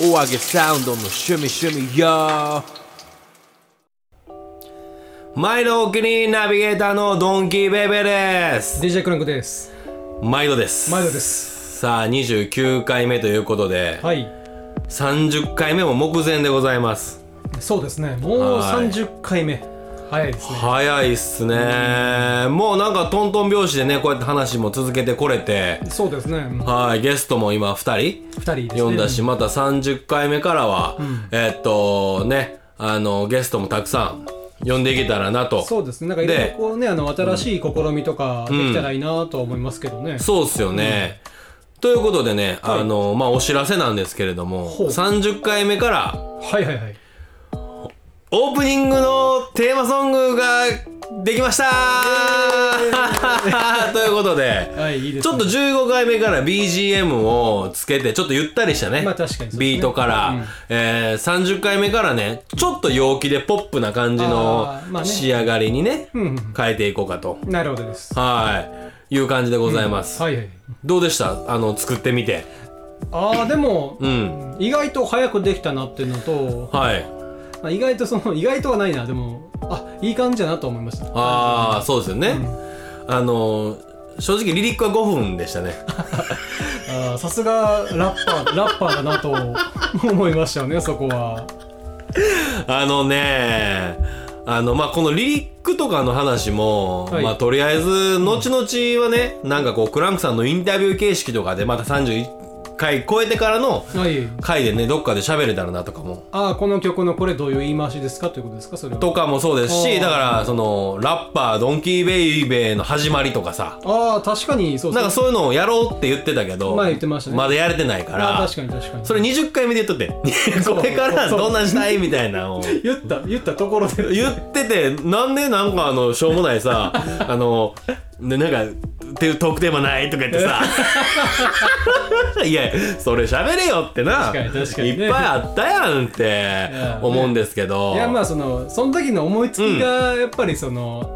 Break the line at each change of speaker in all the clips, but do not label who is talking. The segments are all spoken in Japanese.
お揚げサウンドの趣味趣味よ毎度お気に入りナビゲーターのドンキーベイベーです
DJ クランクです
毎度です
前田です
さあ29回目ということで、
はい
30回目も目前でございます
そうですねもう
はい
30回目早いですね
早いっすねもうなんかトントン拍子でねこうやって話も続けてこれて
そうですね
はいゲストも今2人
2人ですね
読んだし、また30回目からは、
ん
えっとね、あの、ゲストもたくさん呼んでいけたらなと。
そうですねなんかいろいろこうねあの新しい試みとかできたらいいなとは思いますけどね、
そうっすよね。ということでね、
はい
あの、まあ、お知らせなんですけれども、
ほう
30回目から、
はいはいはい
オープニングのテーマソングができました ということで、
はいいいです
ち
ね
ょっと15回目から BGM をつけて、ちょっとゆったりしたね。
まあ確かにそうですね
ビートから、
うん
えー30回目からね、ちょっと陽気でポップな感じの
あーまあね
仕上がりにね、
うんうん
変えていこうかと。
なるほどです
はい。いう感じでございます。
はいはい
どうでしたあの、作ってみて。
ああでも、
うん。
意外と早くできたなっていうのと
はい。
あ意外とその意外とはないなでもあいい感じだなと思いました
ああ、そうですよね。あの、正直リリックは5分でしたね。
あーさすがラッパーラッパーだなと思いましたよねそこは
あのねあの、まあ、このリリックとかの話も、
はい
まあ、とりあえず、後々はね、なんかこう、クランクさんのインタビュー形式とかで、また31回超えてからの
はい
回でね、どっかで喋れたらなとかも。
ああこの曲のこれどういう言い回しですかということですかそれは
とかもそうですし、
あー
だから、その、ラッパー、ドンキーベイベーの始まりとかさ、
ああ確かにそう
なん
で
か
す
そういうのをやろうって言ってたけど、
前言ってましたね
まだやれてないか
ああ
ら、
確かに確かに
それ20回目で言っとって、
そう
これからどんなんしたいみたいなのを。
言った言ったとこ ろで
言っててなんでなんかあのしょうもない さあのでなんかてトークテーマないとか言って さいやそれ喋れよってな
確かに確かにね
いっぱいあったやんって
や
思うんですけど、
いやまあそのその時の思いつきがやっぱりその、
はい
ね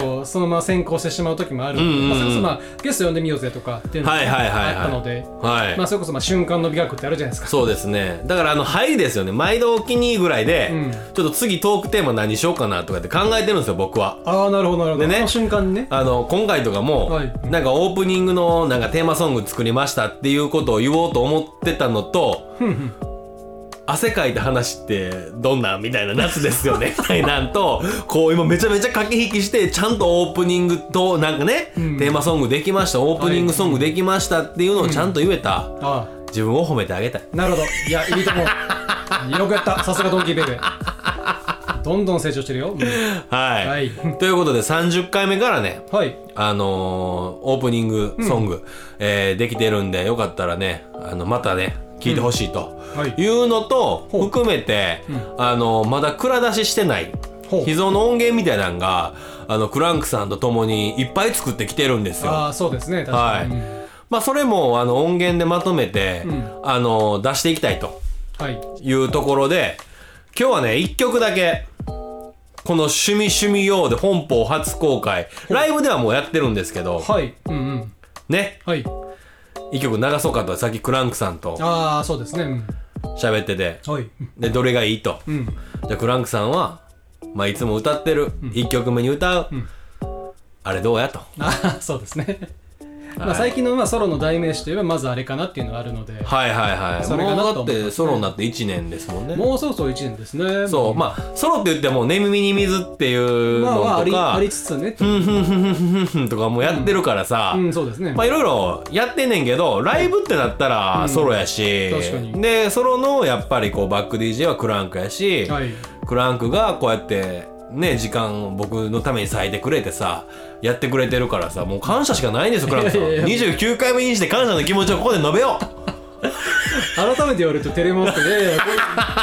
こうそのまま先行してしまう時もあるので、
うんうんうん
まあ、それこそまあゲスト呼んでみようぜとかっていうのが
はいはいはいはい
あったので、
はい、
まあそれこそまあ瞬間の美学ってあるじゃないですか
そうですねだからあの入りですよね毎度お気に入りぐらいで、
うん
ちょっと次トークテーマ何しようかなとかって考えてるんですよ僕は。
ああなるほどなるほど
でね
あの瞬間にね
あの今回とかも、
はい
なんかオープニングのなんかテーマソング作りましたっていうことを言おうと思ってたのと汗かいた話ってどんなんみたいな夏ですよね みたいなんとこう今めちゃめちゃ駆け引きしてちゃんとオープニングとなんかね、
ん
テーマソングできましたオープニングソングできましたっていうのをちゃんと言えた、
あ
自分を褒めてあげたい
あなるほどいやいいと思う よくやったさすがドンキーベイベー どんどん成長してるよ、うん
はい、
はい
ということで30回目からね
はい
あのーオープニングソング、えーできてるんで、よかったらね、あの、またね、聞いてほしいと、
うんはい
いうのと、
ほう
含めて、あのーまだ蔵出ししてない、
ほう
秘蔵の音源みたいなのが、あの、クランクさんと共にいっぱい作ってきてるんですよ。
ああそうですね確
は
か
い
に、うん。
まあ、それも、あの、音源でまとめて、
ん
あのー出していきたいと
はい
いうところで、今日はね、一曲だけ、この趣味趣味用で本邦初公開。ライブではもうやってるんですけど、
はいうんうん
ね、
はい
一曲流そうかとさっきクランクさんと
ああそうですねうん
喋ってて
はい
でどれがいいと、
うん
じゃあクランクさんは、まあ、いつも歌ってる、一曲目に歌う、あれどうやと
ああそうですねま
は
あ
い
最近のまあソロの代名詞といえばまずあれかなっていうのがあるので
はいはいはい
それがな
もう
と
だ
思
っ
って
てソロになって1年ですもんね
もうそろそろ1年ですね
そうまあソロって言っても「寝耳に水」っていうの
まあまああ
と
り
か
あり
「
つつね
ふんふんふんふんふ ん」とかもやってるからさ、
うんそうですね
まあいろいろやってんねんけど、ライブってなったらソロやし、
確かに
で、ソロのやっぱりこうバック DJ はクランクやし、
はい
クランクがこうやって、ね、時間を僕のために割いてくれてさ、やってくれてるからさ、もう感謝しかないんですよ、クランクさん。
いやいやいや
29回目にして感謝の気持ちをここで述べよう
改めて言われると照れますけど、ね、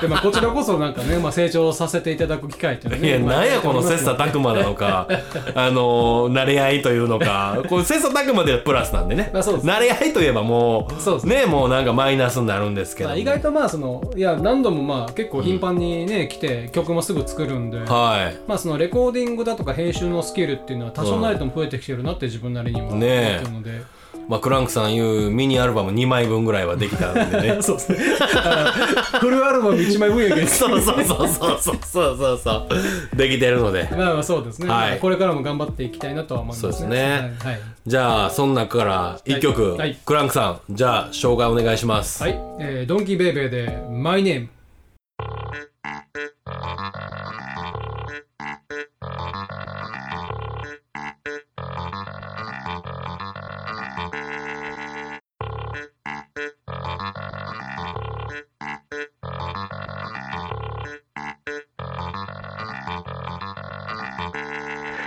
でまあこちらこそなんかね、まあ、成長させていただく機会と い
や、
うのはいねまあ
なんやこの切磋琢磨なのか、あのー、慣れ合いというのか、これ切磋琢磨でプラスなんでね。
まあそうです
慣れ合いといえばもう、
そうです
ね、もうなんかマイナスになるんですけど
ま
も。
あ意外とまあそのいや何度もまあ結構頻繁にね、来て曲もすぐ作るんで、
はい。
まあそのレコーディングだとか編集のスキルっていうのは多少なりとも増えてきてるなって自分なりには思ってるので、
まあ、クランクさんいうミニアルバム2枚分ぐらいはできたんでね
そうですね。あのフルアルバム1枚分やけ ど。
そうそうそうそうそうそうそうそうできてるので
まあまあそうですね。
はい
まあこれからも頑張っていきたいなとは思いますね。
そうですね
はい。はい
じゃあその中から1曲、
はいはい
クランクさんじゃあ紹介お願いします、
はい、えードンキーベイベーで、マイネーム。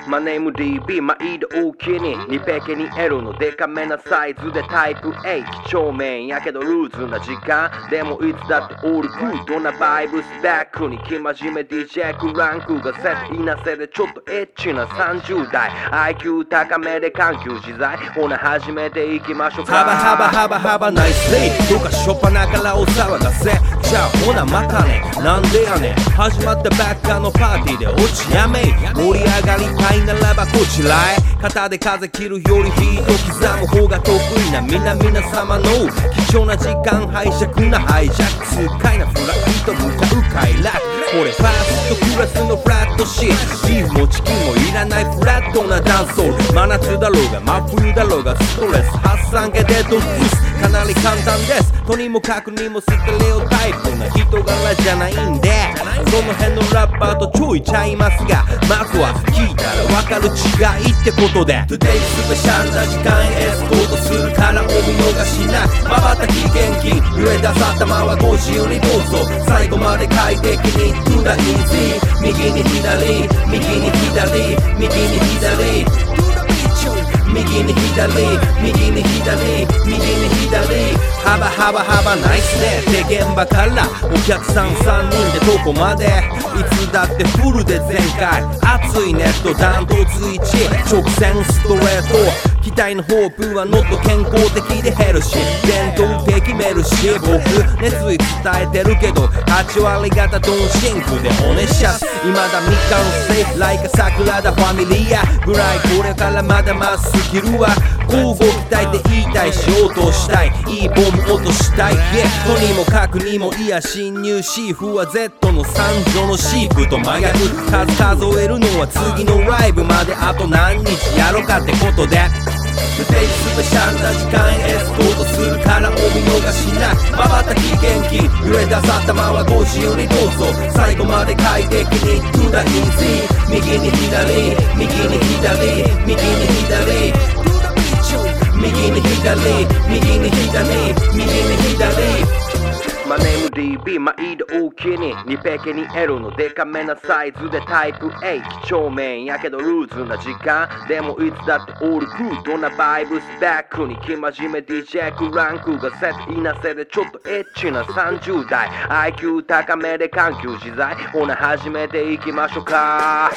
マネーム DB 毎度お気に2ペケに L のデカめなサイズでタイプ A 几帳面やけどルーズな時間でもいつだってオールクールなバイブスバックに生真面目 DJ クランクがセットいなせでちょっとエッチな30代 IQ 高めで緩急自在ほな始めていきましょうか
ハバハバハバハバナイスデイどうかしょっぱなからお騒がせじゃあほなまたねなんでやねん始まったばっかのパーティーで落ちやめい盛り上がりたいならばこちらへ肩で風切るよりヒート刻む方が得意な皆皆様の貴重な時間拝借なハイジャック痛快なフライト向かう快楽これファーストクラスのフラットシービーフもチキンもいらないフラットなダンソール真夏だろうが真冬だろうがストレス発散ゲデッドフースかなり簡単ですとにもかくにもステレオタイプな人柄じゃないんでその辺のラッパーとちょいちゃいますがまずは聞いたらわかる違いってことで Today スペシャルな時間へエスコートするからお見逃しなまばたき元気揺れ出す頭はご自由にどうぞ最後まで快適に Do the easy 右に左右に左右に左 Do the easy 右に左右に左右に左ハバハバハバナイスねで現場からお客さん3人でどこまでいつだってフルで全開熱いネットダントツ1直線ストレート期待のホープはノット健康的でヘルシー伝統的メルシー僕熱意伝えてるけど8割方ドンシンクでオネシャス未だ未完成ライカ桜田ファミリアぐらいこれからまだまっすぎるわ交互期待で言いたいし落としたいいいボム落としたい yeah とにもかくにもいや侵入シーフは Z の三女のシープと真逆数数えるのは次のライブまであと何日やろかってことで Today スペシャルな時間へエスコートするからお見逃しなまばたき元気揺れ出す頭はご自由にどうぞ最後まで快適に Do the easy 右に左右に左右に左 Do the easy 右に左右に左右に左
マネーム DB 毎度お気に2ペケに L のデカめなサイズでタイプ A 几帳面やけどルーズな時間でもいつだってオールクールなバイブスバックに生真面目 DJ クランクがセットいなせでちょっとエッチな30代 IQ 高めで緩急自在ほな始めていきましょうか